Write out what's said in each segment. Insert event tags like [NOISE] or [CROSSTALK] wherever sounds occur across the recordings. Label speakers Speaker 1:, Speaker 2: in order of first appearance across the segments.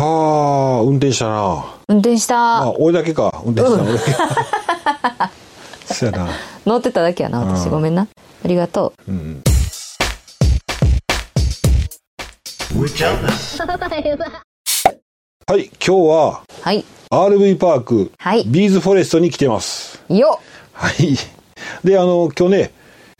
Speaker 1: はあ運転したな
Speaker 2: 運転した、
Speaker 1: まあ俺だけか運転したの俺だけ [LAUGHS] そうやな
Speaker 2: 乗ってただけやな私、
Speaker 1: うん
Speaker 2: ごめんなありがとう
Speaker 1: うんはい今日は
Speaker 2: はい
Speaker 1: RV パーク、
Speaker 2: はい
Speaker 1: ビーズフォレストに来てます
Speaker 2: よ
Speaker 1: はいであの今日ね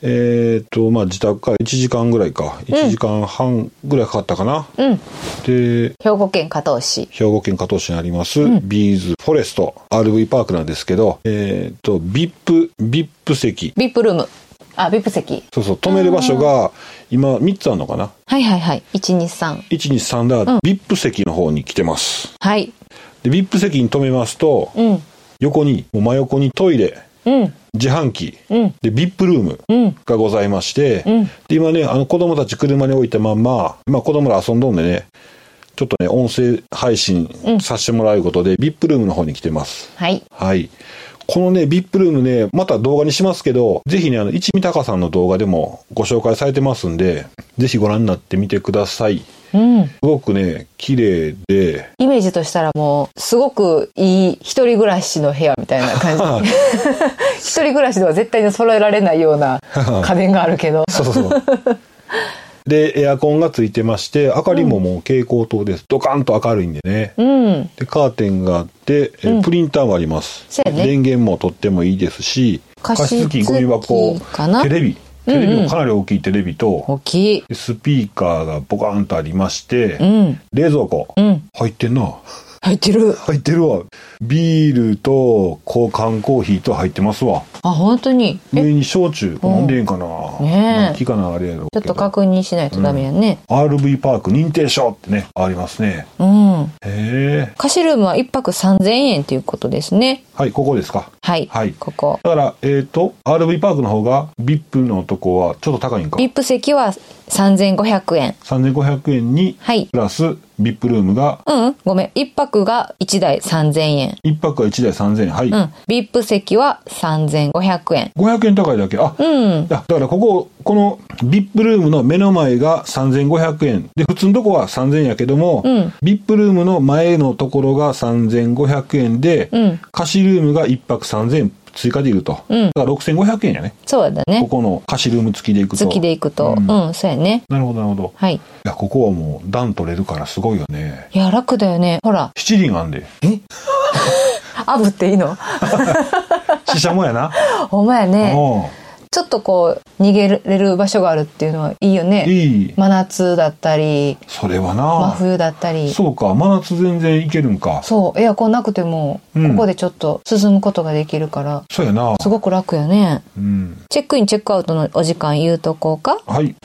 Speaker 1: えっとまあ自宅から1時間ぐらいか1時間半ぐらいかかったかな、
Speaker 2: っうん
Speaker 1: で
Speaker 2: 兵庫県加東市
Speaker 1: 兵庫県加東市にあります、ビーズフォレスト RV パークなんですけど、えっと VIP、VIP 席。
Speaker 2: ビップルームあビップ席
Speaker 1: そうそう、止める場所が今3つあるのかな
Speaker 2: はいはいはい123
Speaker 1: ?1、2、3だ、VIP 席の方に来てます。
Speaker 2: はい
Speaker 1: で、VIP 席に止めますと、
Speaker 2: うん
Speaker 1: 横に、もう真横にトイレ、
Speaker 2: うん
Speaker 1: 自販機、
Speaker 2: うん
Speaker 1: で、VIP ルーム
Speaker 2: うん
Speaker 1: がございまして、
Speaker 2: うん
Speaker 1: で、今ね、あの子供たち車に置いたまんま、まあ子供ら遊んどんでね、ちょっとね、音声配信させてもらうことで、VIP ルームの方に来てます。
Speaker 2: はい
Speaker 1: はい。このね、VIP ルームね、また動画にしますけど、ぜひね、あの、一味高さんの動画でもご紹介されてますんで、ぜひご覧になってみてください。す
Speaker 2: うん
Speaker 1: ごくね、綺麗で、
Speaker 2: イメージとしたらもうすごくいい一人暮らしの部屋みたいな
Speaker 1: [LAUGHS]
Speaker 2: 感じ一人暮らしでは絶対に揃えられないよ
Speaker 1: [LAUGHS]
Speaker 2: うな家電があるけど
Speaker 1: そうそうそう。で、エアコンがついてまして、明かりももう蛍光灯です。ドカンと明るいんでね。
Speaker 2: うん
Speaker 1: で、カーテンがあって、えプリンターもあります。
Speaker 2: そうやね
Speaker 1: 電源もとってもいいですし、
Speaker 2: 加
Speaker 1: 加湿
Speaker 2: 湿
Speaker 1: 器、
Speaker 2: 器
Speaker 1: ゴミ箱
Speaker 2: か、な
Speaker 1: テレビ、テレビもかなり大きいテレビと、
Speaker 2: 大きい
Speaker 1: でスピーカーがボカーンとありまして、
Speaker 2: うん
Speaker 1: 冷蔵庫、
Speaker 2: うん
Speaker 1: 入ってんな。
Speaker 2: 入ってる
Speaker 1: 入ってるわ。ビールと、こう、缶コーヒーと入ってますわ。
Speaker 2: あ本当にえ
Speaker 1: 上に焼酎、
Speaker 2: ん
Speaker 1: 飲んでんかな。
Speaker 2: ねえ
Speaker 1: 何期かな、あれやろう
Speaker 2: ち
Speaker 1: け
Speaker 2: ょっ
Speaker 1: ど。
Speaker 2: と確認しないとダメやね
Speaker 1: RV パーク認定証ってね、ありますね。
Speaker 2: うん、
Speaker 1: へえ。
Speaker 2: 貸しルームは1泊3000円ということですね
Speaker 1: はい、ここですか。
Speaker 2: はい、
Speaker 1: はい
Speaker 2: ここ
Speaker 1: だから、えっ、と、RV パークの方が、VIP のとこはちょっと高いんか。
Speaker 2: VIP 席は3500円
Speaker 1: 3500円に、
Speaker 2: はい
Speaker 1: プラス VIP ルームが、
Speaker 2: うんごめん1泊が1台3000円
Speaker 1: 1泊は1台3000円。はい。
Speaker 2: うん。VIP 席は3500円。
Speaker 1: 500円高いだけ。あ、
Speaker 2: うん。
Speaker 1: だだからこここの VIP ルームの目の前が3500円で普通のとこは3000円やけども、
Speaker 2: うん。
Speaker 1: VIP ルームの前のところが3500円で、
Speaker 2: うん。
Speaker 1: 貸しルームが1泊3000円追加でいると、
Speaker 2: うん
Speaker 1: だから6500円やね
Speaker 2: そうだ
Speaker 1: こ
Speaker 2: ね。
Speaker 1: この貸しルーム付きでいくと
Speaker 2: 月で行くと。
Speaker 1: うん
Speaker 2: うん、そうやね。
Speaker 1: なるほどなるほど
Speaker 2: はい。
Speaker 1: いやここはもう段取れるからすごいよね
Speaker 2: いや、楽だよね。ほら、
Speaker 1: 七輪あんで
Speaker 2: 炙っていい [LAUGHS] の
Speaker 1: 死者もやな
Speaker 2: ほんまや [LAUGHS] ね。
Speaker 1: う
Speaker 2: ちょっとこう、逃げれる場所があるっていうのはいいよ
Speaker 1: ん
Speaker 2: ね。
Speaker 1: いい
Speaker 2: 真夏だったり、
Speaker 1: それは
Speaker 2: 真
Speaker 1: な
Speaker 2: 冬だったり。
Speaker 1: そうか真夏全然いけるんか
Speaker 2: そう、エアコンなくても、
Speaker 1: うん
Speaker 2: ここでちょっと進むことができるから、
Speaker 1: そうやな
Speaker 2: すごく楽よね。
Speaker 1: うん
Speaker 2: チェックイン、チェックアウトのお時間言うとこうか。
Speaker 1: はい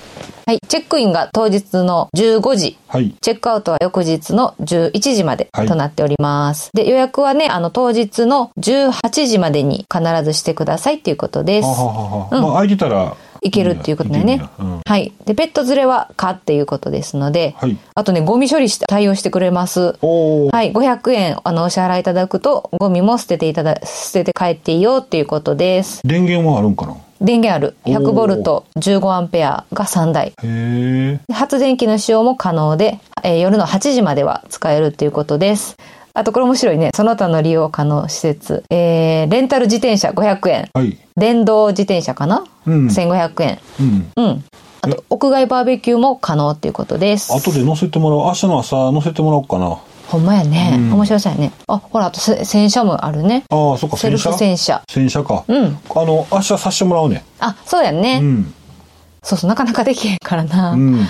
Speaker 2: はい、チェックインが当日の15時。
Speaker 1: はい
Speaker 2: チェックアウトは翌日の11時まで
Speaker 1: はい
Speaker 2: となっております。で、予約はね、あの、当日の18時までに必ずしてくださいっていうことです
Speaker 1: は。ははは
Speaker 2: うん
Speaker 1: まあ空いてたら
Speaker 2: いけるっていうことだよ
Speaker 1: いい
Speaker 2: ね
Speaker 1: な。うん
Speaker 2: はい。で、ペット連れは可っていうことですので、
Speaker 1: はい
Speaker 2: あとね、ゴミ処理して対応してくれます。
Speaker 1: おお、
Speaker 2: はい、500円、あの、お支払いいただくと、ゴミも捨てていただ、捨てて帰っていいよっていうことです。
Speaker 1: 電源はあるんかな
Speaker 2: 電源ある。100ボル
Speaker 1: お
Speaker 2: ト、15アンペアが3台。
Speaker 1: へえ
Speaker 2: 発電機の使用も可能で、えー夜の8時までは使えるということです。あとこれ面白いね。その他の利用可能施設。えーレンタル自転車500円。
Speaker 1: はい
Speaker 2: 電動自転車かな、
Speaker 1: うん、
Speaker 2: ?1500 円。
Speaker 1: うん、
Speaker 2: うん。あと、屋外バーベキューも可能っていうことです。
Speaker 1: 後で乗せてもらおう明日の朝乗せてもらおうかな
Speaker 2: ほんまやね。
Speaker 1: うん
Speaker 2: 面白そうやね。あ、ほら、あとせ洗車もあるね。
Speaker 1: ああそっか
Speaker 2: セル
Speaker 1: 洗車
Speaker 2: フ洗車。
Speaker 1: 洗車か、
Speaker 2: うん。
Speaker 1: あの明日させてもらうね
Speaker 2: あ、そうやね。
Speaker 1: うん、
Speaker 2: そうそう、なかなかできへんからな。
Speaker 1: う
Speaker 2: うん。
Speaker 1: ん、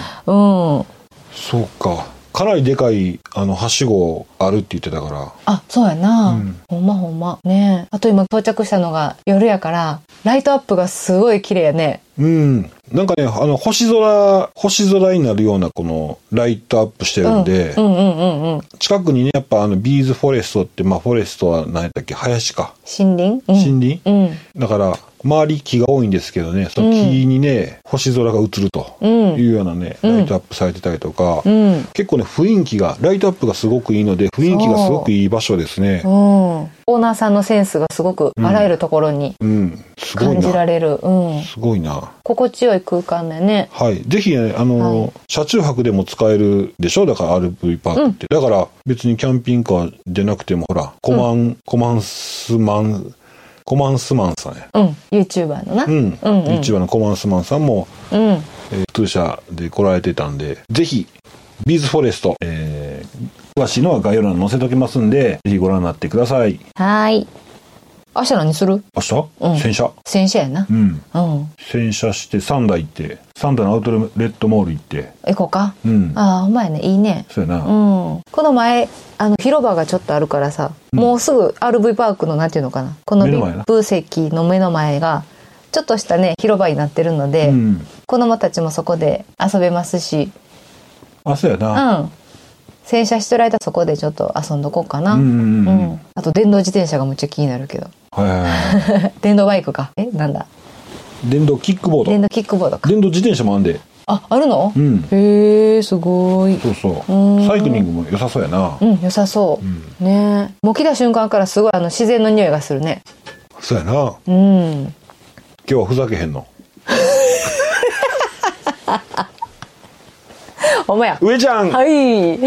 Speaker 1: そうかかなりでかいあのはしごあるって言ってたから
Speaker 2: あ、そうやな。
Speaker 1: うん
Speaker 2: ほんまほんま。ねえあと今到着したのが夜やから、ライトアップがすごい綺麗やね。
Speaker 1: うんなんかねあの星空星空になるようなこのライトアップして
Speaker 2: う
Speaker 1: るんで、
Speaker 2: うんうんうんうん。
Speaker 1: 近くにねやっぱあのビーズフォレストってまあフォレストは何やったっけ林か
Speaker 2: 森林
Speaker 1: 森林、
Speaker 2: うん。
Speaker 1: だから周り木が多いんですけどねその木にね、星空が映ると
Speaker 2: うん
Speaker 1: いうようなね、
Speaker 2: うん
Speaker 1: ライトアップされてたりとか、
Speaker 2: うん。うん。
Speaker 1: 結構ね雰囲気がライトアップがすごくいいので雰囲気がすごくいい場所ですね
Speaker 2: オーナーさんのセンスがすごく、あらゆるところに。
Speaker 1: うんすすごい
Speaker 2: 感じ
Speaker 1: な。
Speaker 2: られる。うん。
Speaker 1: すごいな。
Speaker 2: 心地よい空間だよね。
Speaker 1: はい。ぜひね、あの、
Speaker 2: はい
Speaker 1: 車中泊でも使えるでしょだから RV パークって。だから別にキャンピングカーでなくても、ほら、コマン、コマンスマン、コマンスマンさんや。
Speaker 2: うん。YouTuber のな。
Speaker 1: うん。
Speaker 2: うん、うん。
Speaker 1: YouTuber のコマンスマンさんも、
Speaker 2: うん。
Speaker 1: えー、トゥーシャで来られてたんで、ぜひ、ビーズフォレスト、えー、詳しいのは概要欄に載せときますんで、ぜひご覧になってください。
Speaker 2: はーい。明日何する
Speaker 1: 明日、
Speaker 2: うん
Speaker 1: 洗車
Speaker 2: 洗車やな
Speaker 1: う。ん。
Speaker 2: うん。
Speaker 1: 洗車して、三台行って、三台のアウトレットモール行って、
Speaker 2: 行こうか。
Speaker 1: うん。
Speaker 2: ああ、ほんまやね。いいね。
Speaker 1: そうやな。
Speaker 2: うん、この前あの広場がちょっとあるからさ、
Speaker 1: うん
Speaker 2: もうすぐ RV パークのなんていうのかなこの
Speaker 1: 目の前な
Speaker 2: VIP 席の目の前がちょっとしたね広場になってるので、
Speaker 1: うん。
Speaker 2: 子供たちもそこで遊べますし、
Speaker 1: あ、そうや
Speaker 2: う
Speaker 1: な。
Speaker 2: ん、洗車してる間そこでちょっと遊んどこうかな、
Speaker 1: うんうんうん
Speaker 2: うんあと電動自転車がむっちゃ気になるけど [LAUGHS]
Speaker 1: はいはいは
Speaker 2: 電動バイクかえなんだ [LAUGHS]
Speaker 1: い。電動キックボー
Speaker 2: 電
Speaker 1: ド。
Speaker 2: 動キックボードか
Speaker 1: 電動自転車もあんで。
Speaker 2: ああるの、
Speaker 1: うん
Speaker 2: へえすごい
Speaker 1: そうそうう。
Speaker 2: ん
Speaker 1: サイクリングも良さそうやな
Speaker 2: う。ん良さそう、
Speaker 1: う
Speaker 2: ねえもう来た瞬間からすごいあの自然の匂いがするね
Speaker 1: そうやな。今
Speaker 2: うん
Speaker 1: 日はふざけへんの。
Speaker 2: ほんまや。
Speaker 1: 上ちゃん
Speaker 2: はい。 [LAUGHS]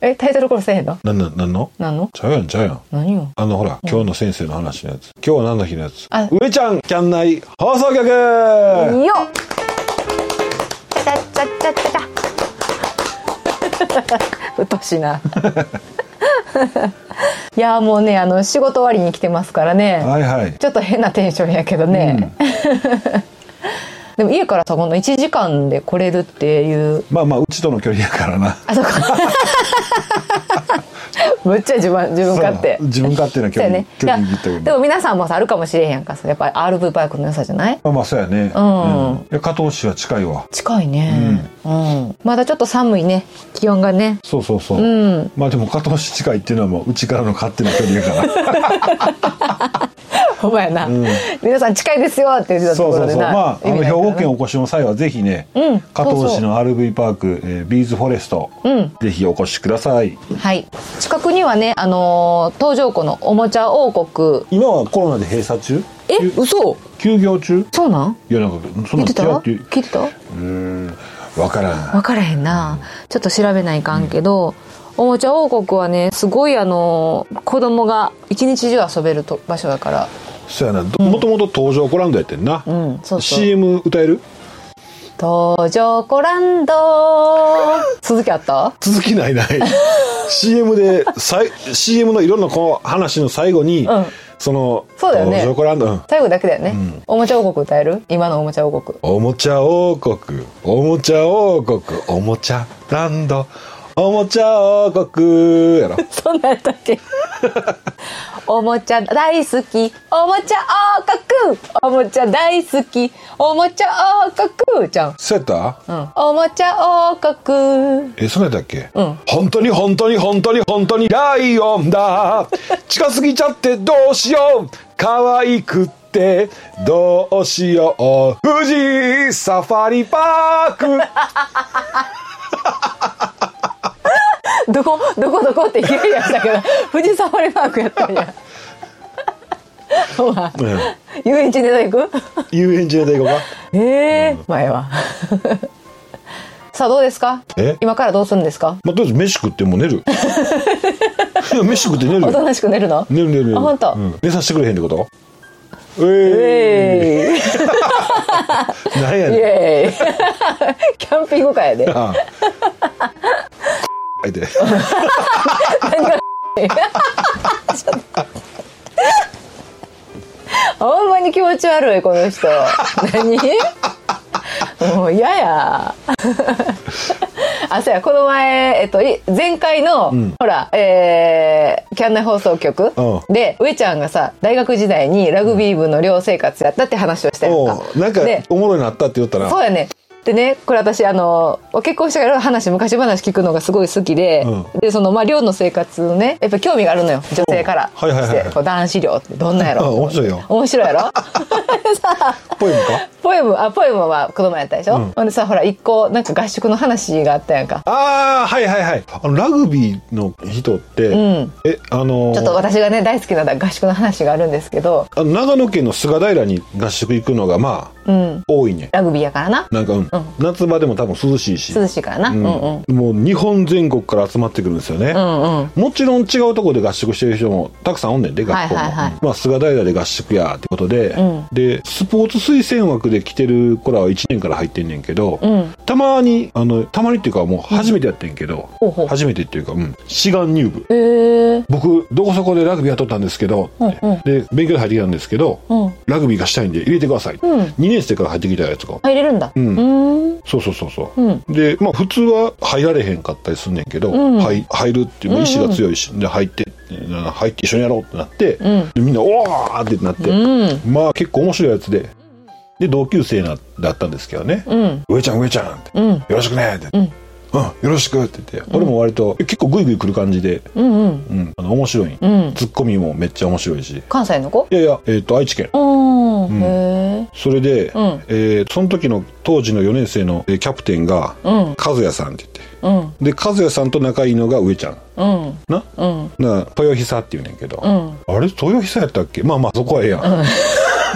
Speaker 2: え、タイトルコールせえへんの
Speaker 1: なんなん、なんの
Speaker 2: なんの
Speaker 1: ちゃうやん、ちゃうやん。
Speaker 2: 何よ。
Speaker 1: あの、ほら、今日の先生の話のやつ。今日は何の日のやつ
Speaker 2: あ。
Speaker 1: 上ちゃんキャン内放送局
Speaker 2: よっチャチャチャチャチャ。うっとうしい
Speaker 1: [LAUGHS]
Speaker 2: な。いやもうね、あの、仕事終わりに来てますからね。
Speaker 1: はいはい。
Speaker 2: ちょっと変なテンションやけどね。 [LAUGHS] でも家からさ、この1時間で来れるっていう
Speaker 1: まあまあ、うちとの距離やからな。
Speaker 2: あそ
Speaker 1: [LAUGHS]
Speaker 2: こ。むっちゃ自分自分勝手。
Speaker 1: そう自分勝手な距離
Speaker 2: そうやね
Speaker 1: 距離に行ったけど
Speaker 2: いやでも皆さんもさあるかもしれへんやんか。それやっぱり RV バイクの良さじゃない？
Speaker 1: まあまあ、そうやね。
Speaker 2: うん
Speaker 1: いや、加藤市は近いわ。
Speaker 2: 近いね、うん。まだちょっと寒いね。気温
Speaker 1: [LAUGHS]
Speaker 2: がね。
Speaker 1: そうそうそう。
Speaker 2: うん。
Speaker 1: まあでも加藤市近いっていうのはもううちからの勝手な距離や
Speaker 2: [LAUGHS]
Speaker 1: から
Speaker 2: ほんまやな、皆さん近いですよって言ってたと
Speaker 1: そう
Speaker 2: こ
Speaker 1: そ
Speaker 2: ろ
Speaker 1: うそ
Speaker 2: で
Speaker 1: う
Speaker 2: な。
Speaker 1: まああ
Speaker 2: 意
Speaker 1: の
Speaker 2: 味
Speaker 1: 兵
Speaker 2: ないから
Speaker 1: 庫
Speaker 2: な
Speaker 1: 県お越しの際はぜひね、
Speaker 2: うん
Speaker 1: 加藤市の RV パーク、えービーズフォレスト、
Speaker 2: うん
Speaker 1: ぜひお越しください
Speaker 2: はい。近くにはね、あのー東条湖のおもちゃ王国。
Speaker 1: 今はコロナで閉鎖中
Speaker 2: え、
Speaker 1: 休
Speaker 2: 嘘？
Speaker 1: 休業中
Speaker 2: そうなん？
Speaker 1: いやなんかそん
Speaker 2: 言
Speaker 1: な
Speaker 2: っ
Speaker 1: ん違う
Speaker 2: てた？
Speaker 1: っていう
Speaker 2: 聞いてた？
Speaker 1: うーん分からん
Speaker 2: 分からへんな、ちょっと調べないかんけど、おもちゃ王国はねすごいあの子供が一日中遊べると場所だから
Speaker 1: そうやなどもともと登場コランドやってんな、
Speaker 2: うんそうそう
Speaker 1: CM 歌える
Speaker 2: 東条コランド続きあった
Speaker 1: 続きない [LAUGHS] ない CM でさい CM のいろんなこの話の最後に、
Speaker 2: うん
Speaker 1: その
Speaker 2: そうだよね
Speaker 1: 登場コランド、うん
Speaker 2: 最後だけだよね、おもちゃ王国歌える今のおもちゃ王国
Speaker 1: おもちゃ王国、おもちゃ王国、おもちゃランド、おもちゃ王国、 [LAUGHS] やろ。
Speaker 2: そんなんやったっけおもちゃ大好きおもちゃ王国おもちゃ大好きおもちゃ王国じゃん、
Speaker 1: そうやった
Speaker 2: うん、おもちゃ王国
Speaker 1: え、そうやったっけ
Speaker 2: うん
Speaker 1: 本当に本当に本当に本当にライオンだ。近すぎちゃってどうしよう。可愛くってどうしよう。富士サファリパーク。
Speaker 2: どこどこどこってイライラした
Speaker 1: [LAUGHS]
Speaker 2: けど富士サファリパークやったんやほら [LAUGHS] 遊園地で行く
Speaker 1: 遊園地で行こうか。
Speaker 2: ええ前はさあどうですか
Speaker 1: え
Speaker 2: 今からどうするんですか
Speaker 1: まあ、とりあえず飯食ってもう寝る。いや飯食って寝る
Speaker 2: おと
Speaker 1: よ。
Speaker 2: なしく寝るの
Speaker 1: 寝る寝る寝る。
Speaker 2: あ本当
Speaker 1: うん寝させてくれへんってことえー
Speaker 2: イエー
Speaker 1: なんや
Speaker 2: イイ
Speaker 1: ねん。
Speaker 2: エーイ [LAUGHS] キャンピングカーやで [LAUGHS]
Speaker 1: ああ。で。
Speaker 2: ほんまに気持ち悪いこ
Speaker 1: [LAUGHS]
Speaker 2: の人何もう嫌や [LAUGHS] あそうやこの前、えっと、い前回の、ほら、えーキャンナイ放送局
Speaker 1: う
Speaker 2: で上ちゃんがさ大学時代にラグビー部の寮生活やったって話をしたやんか
Speaker 1: おうなんか
Speaker 2: で
Speaker 1: おもろいなったって言ったら
Speaker 2: そうやねでねこれ私あの結婚してから話昔話聞くのがすごい好きで、
Speaker 1: う
Speaker 2: でそのまあ寮の生活のねやっぱ興味があるのよ女性から
Speaker 1: うんはいはいはいはい
Speaker 2: してこう男子寮ってどんなんやろ
Speaker 1: [LAUGHS] うん面白いよ
Speaker 2: 面白い
Speaker 1: [LAUGHS]
Speaker 2: やろでさ
Speaker 1: ポエムか
Speaker 2: ポエムあポエムは子供やったでしょ、
Speaker 1: うん
Speaker 2: ほんでさほら一個なんか合宿の話があったやんか
Speaker 1: ああはいはいはいあのラグビーの人って、
Speaker 2: ん
Speaker 1: えあのー
Speaker 2: ちょっと私がね大好きな合宿の話があるんですけど
Speaker 1: あの長野県の菅平に合宿行くのがまあ、
Speaker 2: うん
Speaker 1: 多いね
Speaker 2: ラグビーやからな
Speaker 1: なんか、うん夏場でも多分涼しいし
Speaker 2: 涼しいからな、うん、うん
Speaker 1: うんもう日本全国から集まってくるんですよね、
Speaker 2: うんうん
Speaker 1: もちろん違うところで合宿してる人もたくさんおんねんで学校も、
Speaker 2: はいはいはい
Speaker 1: まあ、菅平で合宿やってことで、
Speaker 2: ん
Speaker 1: でスポーツ推薦枠で来てる子らは1年から入ってんねんけど、
Speaker 2: ん
Speaker 1: たまにあのたまにっていうかもう初めてやってんけど、
Speaker 2: ほうほう
Speaker 1: 初めてっていうか、うん、志願入部
Speaker 2: へえー、
Speaker 1: 僕どこそこでラグビーやっとったんですけど、
Speaker 2: うんうん
Speaker 1: で勉強で入ってきたんですけど、
Speaker 2: うん
Speaker 1: ラグビーがしたいんで入れてください、
Speaker 2: ん
Speaker 1: 2年生から入ってきたやつが
Speaker 2: 入れるんだ
Speaker 1: ん
Speaker 2: うーん
Speaker 1: そうそうそうそう、
Speaker 2: うん
Speaker 1: でまあ普通は入られへんかったりすんねんけど、
Speaker 2: うん
Speaker 1: はい入るっていう意志が強いし、で入ってな入って一緒にやろうってなって、
Speaker 2: ん
Speaker 1: でみんな「おー!」ってなって、
Speaker 2: うん
Speaker 1: まあ結構面白いやつでで同級生なだったんですけどね
Speaker 2: うん
Speaker 1: 「上ちゃん上ちゃん」って
Speaker 2: うんうん
Speaker 1: よろしくね」って、うんよろしく」って言って俺も割と結構グイグイ来る感じで、
Speaker 2: うん
Speaker 1: うん、あの面白い、
Speaker 2: うん
Speaker 1: ツッコミもめっちゃ面白いしい
Speaker 2: 関西の子
Speaker 1: やいや、えっと愛知県
Speaker 2: うんへえ
Speaker 1: それで、
Speaker 2: ん
Speaker 1: えーその時の当時の4年生のえーキャプテンが、
Speaker 2: うん
Speaker 1: 和也さんって言って
Speaker 2: うん
Speaker 1: で和也さんと仲いいのが上ちゃん
Speaker 2: うん
Speaker 1: な
Speaker 2: うん
Speaker 1: な豊久っていうねんけど、
Speaker 2: ん
Speaker 1: あれ豊久やったっけまあまあそこはええやん、ね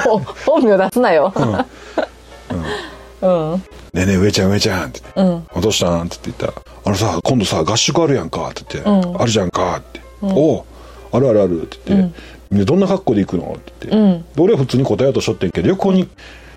Speaker 2: ほ本名出すなようん
Speaker 1: えねえ上ちゃん上ちゃんって言って
Speaker 2: う
Speaker 1: 「
Speaker 2: ん
Speaker 1: どうしたん?」って言ったら「あのさ今度さ合宿あるやんか」って言って「あるじゃんか」って「おうあるあるある」って言って「でどんな格好で行くの?」って言って、で俺は普通に答えようとしとってんけど横に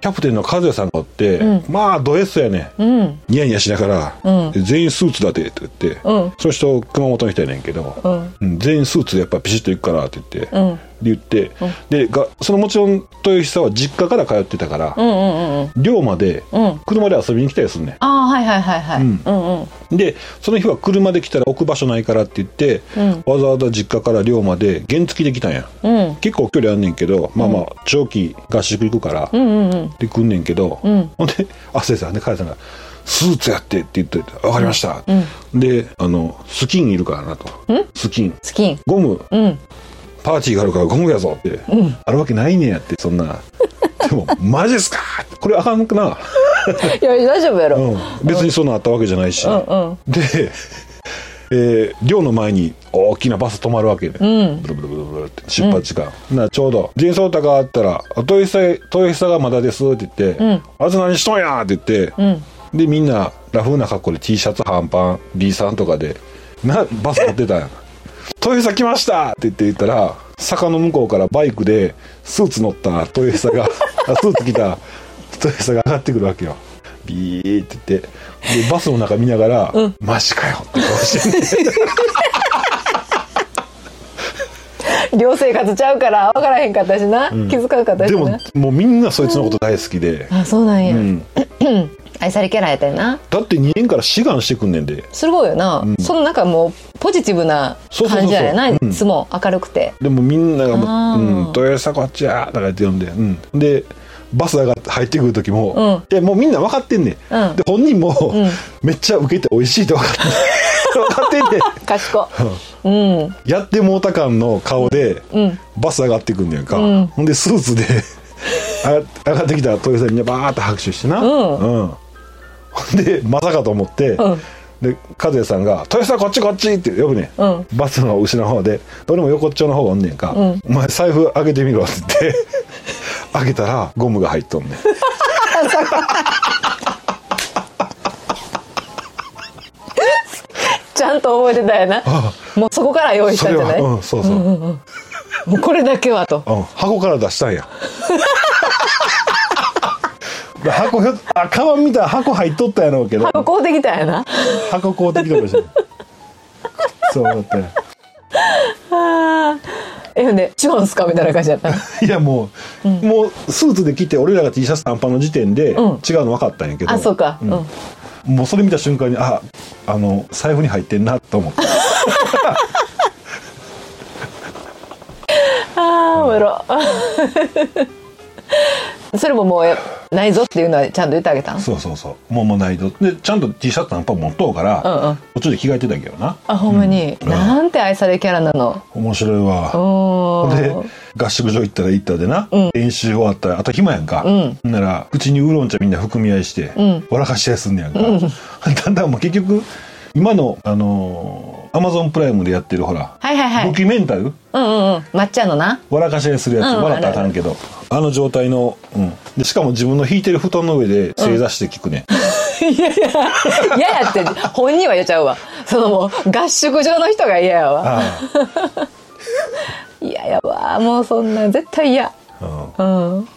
Speaker 1: キャプテンの和也さんがおって、まあド S やね、
Speaker 2: うん
Speaker 1: ニヤニヤしながら、全員スーツだてって言って、
Speaker 2: うん
Speaker 1: その人熊本の人やねんけど、
Speaker 2: うん
Speaker 1: うん全員スーツでやっぱピシッといくからって言って、
Speaker 2: うん
Speaker 1: で言って、でがそのもちろん豊久は実家から通ってたから
Speaker 2: う、んうんうん
Speaker 1: 寮まで
Speaker 2: うん
Speaker 1: 車で遊びに来たりすんね
Speaker 2: ああはいはいはいはいうんうん
Speaker 1: んでその日は車で来たら置く場所ないからって言って、わざわざ実家から寮まで原付で来たんや、
Speaker 2: うん
Speaker 1: 結構距離あんねんけどまあまあ長期合宿行くから、
Speaker 2: うんうんうん
Speaker 1: で来んねんけど、
Speaker 2: ん
Speaker 1: ほんで亜生さんね彼さんが「スーツやって」って言って「分かりました」であの「スキンいるからな」と「スキン
Speaker 2: スキン
Speaker 1: ゴム
Speaker 2: うん
Speaker 1: パーティーがあるからゴムやぞ」って、あるわけないねんや」ってそんな「でもマジっすか!」これあかんくな、
Speaker 2: いや大丈夫や
Speaker 1: う
Speaker 2: ろ
Speaker 1: ん、別にそんなんあったわけじゃないし、
Speaker 2: うんうん
Speaker 1: で、えー寮の前に大きなバス止まるわけで、
Speaker 2: ん
Speaker 1: ブルブルブルブルって出発時間、なちょうど「陣相太があったら「あ豊久豊久がまだです」って言って「あいつ何しとんや!」って言って、でみんなラフな格好で T シャツ半パン B さんとかでなバス乗ってたんや [LAUGHS] 「豊久来ました!」って言って言ったら坂の向こうからバイクでスーツ乗った豊久
Speaker 2: [LAUGHS]
Speaker 1: があスーツ着た豊久が上がってくるわけよ。ビーって言ってでバスの中見ながら「マジかよ」って顔して
Speaker 2: [LAUGHS]
Speaker 1: んねん
Speaker 2: 寮生活ちゃうから分からへんかったしな気づかなかったし
Speaker 1: で
Speaker 2: な
Speaker 1: ももうみんなそいつのこと大好きで、
Speaker 2: あそうなんや、
Speaker 1: うん
Speaker 2: [CLEARS THROAT] 愛されキャラやったよな
Speaker 1: だって2年から志願してくんねんです
Speaker 2: ごいよな、その中もうポジティブな感じやよな
Speaker 1: そうそうそうそううん
Speaker 2: いつも明るくて
Speaker 1: でもみんなが
Speaker 2: あ
Speaker 1: もう
Speaker 2: ー
Speaker 1: 「うん豊久こっちや」とか言って呼んで、うん、でバス上がって入ってくる時も、
Speaker 2: う
Speaker 1: でもうみんな分かってんねん、
Speaker 2: うん
Speaker 1: で本人も、
Speaker 2: ん
Speaker 1: めっちゃウケて美味しいって分か
Speaker 2: [LAUGHS]
Speaker 1: ってんねん分かってんねん
Speaker 2: 賢うん
Speaker 1: やってもうた感の顔で、
Speaker 2: うん
Speaker 1: バス上がってくんねやんか、
Speaker 2: うん
Speaker 1: ほんでスーツで [LAUGHS] 上が上がってきたら豊さんみんなバーッと拍手してな、
Speaker 2: うん
Speaker 1: ほんでまさかと思って、
Speaker 2: うん
Speaker 1: で和也さんが「豊さんこっちこっち!」って呼ぶね、
Speaker 2: うん
Speaker 1: バスの後ろの方で俺も横っちょの方がおんねんか「
Speaker 2: ん
Speaker 1: お前財布開けてみろ」って言
Speaker 2: [LAUGHS]
Speaker 1: って開けたらゴムが入っとんねん
Speaker 2: ちゃんと覚えてたよな
Speaker 1: あ
Speaker 2: もうそこから用意し
Speaker 1: そ
Speaker 2: たん
Speaker 1: れ
Speaker 2: じゃな
Speaker 1: は、
Speaker 2: い、
Speaker 1: うん、そうそう、うん
Speaker 2: もうこれだけはと
Speaker 1: 箱から出したん
Speaker 2: [LAUGHS]
Speaker 1: やで箱ひょっあカバン見たら箱入っとったやろうけど
Speaker 2: 箱買うてきたんやな
Speaker 1: 箱公的とかじゃ
Speaker 2: [LAUGHS]
Speaker 1: んそうだったよ
Speaker 2: あーえほんで「違うんすか?」みたいな感じやった
Speaker 1: いやもう、もうスーツで着て俺らが T シャツ短パンの時点で違う
Speaker 2: うん
Speaker 1: の分かったんやけど、
Speaker 2: あそうかうん、
Speaker 1: もうそれ見た瞬間にああの財布に入ってんなと思って
Speaker 2: [LAUGHS] ああおもろそれももうやないぞっていうのはちゃんと言ってあげたん
Speaker 1: そうそうそうもうもうないとでちゃんと T シャツなんか持っとうから、
Speaker 2: うんうん
Speaker 1: 途中で着替えてたけどな
Speaker 2: あほんまに、
Speaker 1: うん
Speaker 2: なんて愛されキャラなの
Speaker 1: 面白いわ
Speaker 2: お
Speaker 1: で
Speaker 2: ー
Speaker 1: 合宿所行ったら行ったでな、
Speaker 2: うん
Speaker 1: 練習終わったらあと暇やんか、
Speaker 2: うん
Speaker 1: ほんなら口にウーロン茶みんな含み合いして、
Speaker 2: うん
Speaker 1: 笑かし合いすんねやんか、だんだんもう結局今のあのアマゾンプライムでやってるほら、
Speaker 2: はいはいはい
Speaker 1: ドキュメンタル
Speaker 2: うんうんうん抹茶のな
Speaker 1: 笑かし合いするやつ、
Speaker 2: うん
Speaker 1: 笑ったらあかんけどあの状態の、うん、でしかも自分の引いてる布団の上で正座して聞くね、
Speaker 2: いやいや嫌やって本人は言っちゃうわそのもう合宿場の人が嫌やわ
Speaker 1: あ
Speaker 2: 嫌やわもうそんな絶対嫌
Speaker 1: あうん
Speaker 2: うん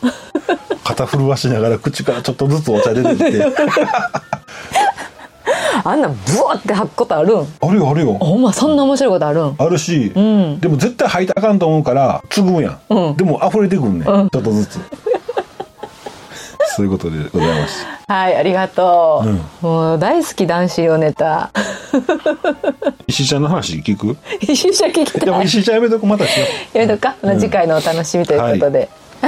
Speaker 1: 肩震わしながら口からちょっとずつお茶出てき
Speaker 2: [LAUGHS]
Speaker 1: て
Speaker 2: あんなんブワって吐くことあるん
Speaker 1: あるよあるよ
Speaker 2: ほんまそんな面白いことあるん
Speaker 1: あるし、
Speaker 2: ん
Speaker 1: でも絶対吐いたらあかんと思うからつぐんやん、
Speaker 2: うん
Speaker 1: でも溢れてくんね、ちょっとずつそういうことでございます
Speaker 2: はいありがとう、
Speaker 1: うん
Speaker 2: もう大好き男子用ネタ [LAUGHS]
Speaker 1: 石井ちゃんの話聞く
Speaker 2: 一緒に聞き
Speaker 1: で
Speaker 2: た
Speaker 1: も
Speaker 2: い
Speaker 1: 石井ちゃんやめとくまたしよ
Speaker 2: やめとくか、次回のお楽しみということで、 [LAUGHS]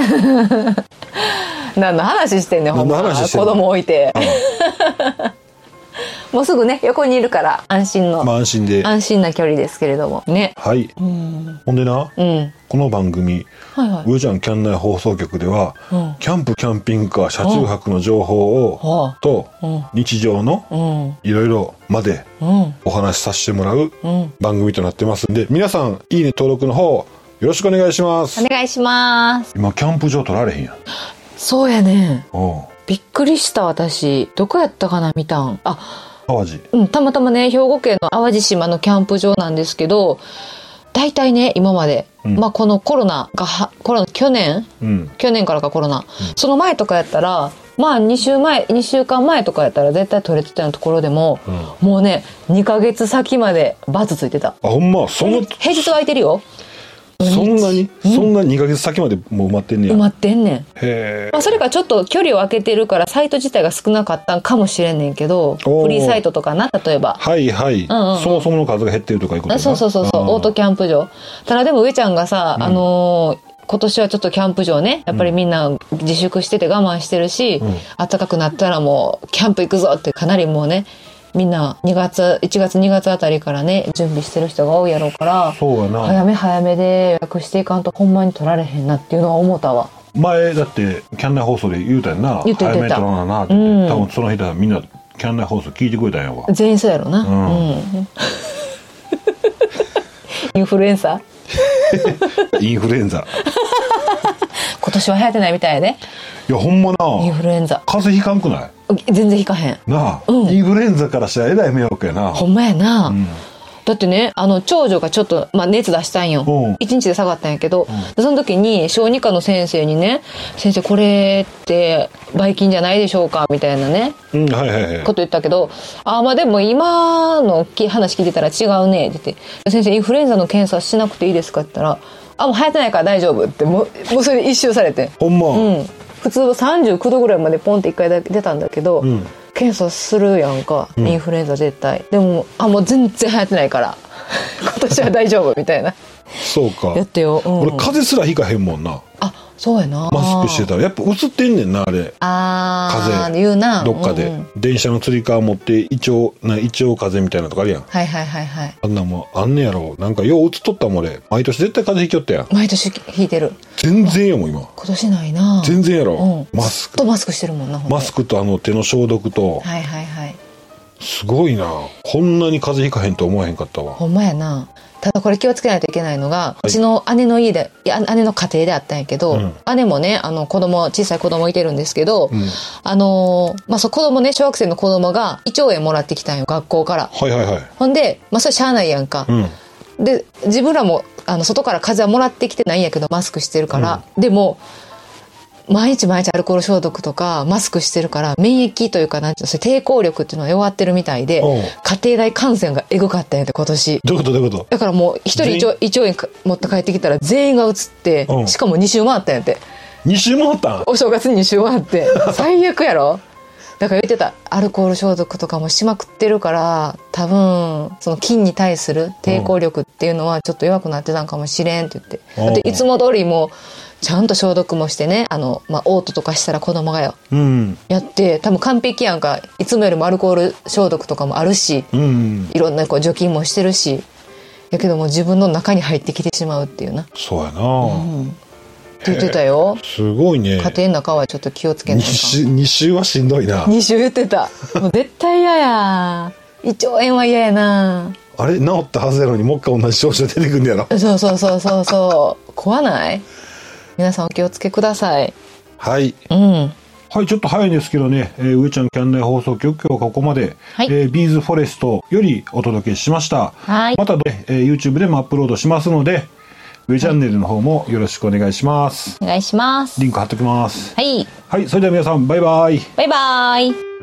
Speaker 2: 何の話してんねんほんま
Speaker 1: 何の話してん
Speaker 2: 子
Speaker 1: の
Speaker 2: 供置いて [LAUGHS] もうすぐね横にいるから安心の、
Speaker 1: うまあ安心で
Speaker 2: 安心な距離ですけれどもね
Speaker 1: はい、ほんでな、
Speaker 2: うん
Speaker 1: この番組
Speaker 2: はいは
Speaker 1: 「上ちゃんキャン内放送局」では、
Speaker 2: うん
Speaker 1: キャンプキャンピングカー車中泊の情報を、
Speaker 2: うん
Speaker 1: と、
Speaker 2: うん
Speaker 1: 日常の
Speaker 2: うん
Speaker 1: いろいろまで
Speaker 2: うん
Speaker 1: お話しさせてもらう
Speaker 2: うん
Speaker 1: 番組となってますんで皆さんいいね登録の方よろしくお願いします
Speaker 2: お願いします
Speaker 1: 今キャンプ場取られへんやん
Speaker 2: そうやね
Speaker 1: おう
Speaker 2: びっくりした私どこやったかな見たんあ
Speaker 1: 淡路
Speaker 2: うん、たまたまね、兵庫県の淡路島のキャンプ場なんですけど、大体ね、今まで、
Speaker 1: うん
Speaker 2: まあこのコロナがは、コロナ、去年
Speaker 1: うん
Speaker 2: 去年からかコロナ、その前とかやったら、まあ2週前、2週間前とかやったら絶対取れてたようなところでも、
Speaker 1: うんあ
Speaker 2: もうね、2ヶ月先までバツついてた。
Speaker 1: ほんまそんな
Speaker 2: 平日は空いてるよ。
Speaker 1: そんなにそんな2ヶ月先までもう埋まってんねや
Speaker 2: 埋まってんねん。
Speaker 1: へえ
Speaker 2: まあ、それからちょっと距離を空けてるから、サイト自体が少なかったんかもしれんねんけど、
Speaker 1: おー
Speaker 2: フリーサイトとかな、例えば。
Speaker 1: はいはい
Speaker 2: うんうん
Speaker 1: そもそもの数が減ってるとかいうこと
Speaker 2: あ
Speaker 1: か
Speaker 2: そうそうそうそう
Speaker 1: あ
Speaker 2: オートキャンプ場ただでも上ちゃんがさ、あのー今年はちょっとキャンプ場ねやっぱりみんな自粛してて我慢してるし、
Speaker 1: ん
Speaker 2: 暖かくなったらもうキャンプ行くぞってかなりもうねみんな2月1月2月あたりからね準備してる人が多いやろうから
Speaker 1: そうや
Speaker 2: 早
Speaker 1: な
Speaker 2: め早めで予約していかんとほんまに取られへんなっていうのは思ったわ
Speaker 1: 前だってキャン内放送で言うたやんな
Speaker 2: 言ってた
Speaker 1: 早めに取らななって言って
Speaker 2: う
Speaker 1: 多
Speaker 2: ん
Speaker 1: 分その日だみんなキャン内放送聞いてくれたんやわ
Speaker 2: [LAUGHS] 全員そうやろな、
Speaker 1: ん [LAUGHS]
Speaker 2: うん、インフルエンサー
Speaker 1: インフルエンザ
Speaker 2: 今年は流行ってないみたいやね
Speaker 1: いやほんまな
Speaker 2: インフルエンザ
Speaker 1: 風邪ひかんくない
Speaker 2: 全然引かへん
Speaker 1: なあ
Speaker 2: うん
Speaker 1: インフルエンザからしたらえらい迷惑やな
Speaker 2: ほんまやな、
Speaker 1: ん
Speaker 2: だってねあの長女がちょっと、まあ、熱出したんよ
Speaker 1: うん
Speaker 2: 一日で下がったんやけど、でその時に小児科の先生にね「先生これってばい菌じゃないでしょうか」みたいなね
Speaker 1: うんはいはいはい
Speaker 2: こと言ったけど「ああまあでも今のき話聞いてたら違うね」って言って「先生インフルエンザの検査しなくていいですか?」って言ったら「あもう流行ってないから大丈夫」ってもうもうそれ一周されて。
Speaker 1: ほんま
Speaker 2: うん、普通は39度ぐらいまでポンって1回だけ出たんだけど、
Speaker 1: ん
Speaker 2: 検査するやんか、インフルエンザ絶対でもあもう全然流行ってないから
Speaker 1: [LAUGHS]
Speaker 2: 今年は大丈夫みたいな
Speaker 1: そうか
Speaker 2: やってよ、うん
Speaker 1: 俺風邪すらひかへんもんな
Speaker 2: あそうやな
Speaker 1: マスクしてたらやっぱ映ってんねんなあれ
Speaker 2: あー
Speaker 1: 風邪
Speaker 2: 言うな
Speaker 1: どっかで、
Speaker 2: うんうん
Speaker 1: 電車のつり革持って胃腸な胃腸風邪みたいなとかあるやん
Speaker 2: はいはいはいはい
Speaker 1: あんなんもんあんねやろなんかよう映っとったもん俺毎年絶対風邪ひきよったやん
Speaker 2: 毎年引いてる
Speaker 1: 全然やもん今
Speaker 2: 今年ないな
Speaker 1: 全然やろ、
Speaker 2: うん、
Speaker 1: マス
Speaker 2: ずっと
Speaker 1: ク
Speaker 2: マスクしてるもんなほんま
Speaker 1: マスクとあの手の消毒と、
Speaker 2: はいはいはい
Speaker 1: すごいなこんなに風邪ひかへんと思わへんかったわ
Speaker 2: ほんまやなただこれ気をつけないといけないのが、
Speaker 1: いう
Speaker 2: ちの姉の家でいや姉の家庭であったんやけど、
Speaker 1: う
Speaker 2: 姉もねあの子供小さい子供いてるんですけど、
Speaker 1: うん
Speaker 2: あのーまあ、そう子供ね小学生の子供が胃腸炎もらってきたんよ学校から
Speaker 1: はいはいはい
Speaker 2: ほんで、まあ、それしゃあないやんか
Speaker 1: う、ん
Speaker 2: で自分らもあの外から風邪はもらってきてないんやけどマスクしてるから、でも毎日毎日アルコール消毒とかマスクしてるから免疫というかなんていうのそれ抵抗力っていうのは弱ってるみたいで
Speaker 1: おう
Speaker 2: 家庭内感染がエグかったんやって今年
Speaker 1: どういうことどういうこと
Speaker 2: だからもう一人
Speaker 1: 全員
Speaker 2: 一応一応持って帰ってきたら全員が移って、
Speaker 1: うん
Speaker 2: しかも2週回ったんやって
Speaker 1: 2週回ったん
Speaker 2: お正月に2週回って
Speaker 1: [LAUGHS]
Speaker 2: 最悪やろだから言ってたアルコール消毒とかもしまくってるから多分その菌に対する抵抗力っていうのはちょっと弱くなってたんかもしれんって言って、
Speaker 1: うん
Speaker 2: だっていつも通りもうちゃんと消毒もしてねあの、まあ、嘔吐とかしたら子供がよ
Speaker 1: うん
Speaker 2: やって多分完璧やんかいつもよりもアルコール消毒とかもあるし
Speaker 1: うん
Speaker 2: いろんなこう除菌もしてるしやけどもう自分の中に入ってきてしまうっていうな、っ
Speaker 1: そうやな、
Speaker 2: て言ってたよ
Speaker 1: すごいね
Speaker 2: 家庭の中はちょっと気をつけない
Speaker 1: 二
Speaker 2: か
Speaker 1: 週二週はしんどいな
Speaker 2: 2週言ってたもう絶対嫌や胃腸炎は嫌やな
Speaker 1: あれ治ったはずやのにもう一回同じ症状出てくんねや
Speaker 2: [LAUGHS]
Speaker 1: ろ
Speaker 2: そうそうそうそうそう怖ない皆さんお気をつけください
Speaker 1: はい
Speaker 2: うん
Speaker 1: はい、ちょっと早いですけどね、えー、上ちゃんキャンナイ放送局、今日はここまで、
Speaker 2: はい
Speaker 1: えービーズフォレストよりお届けしました。
Speaker 2: はい
Speaker 1: また、ねえー YouTube でもアップロードしますので、上チャンネルの方もよろしくお願いします。
Speaker 2: お願いします
Speaker 1: リンク貼っときます。
Speaker 2: はい
Speaker 1: はい、それでは皆さん、バイバイ。
Speaker 2: バイバイ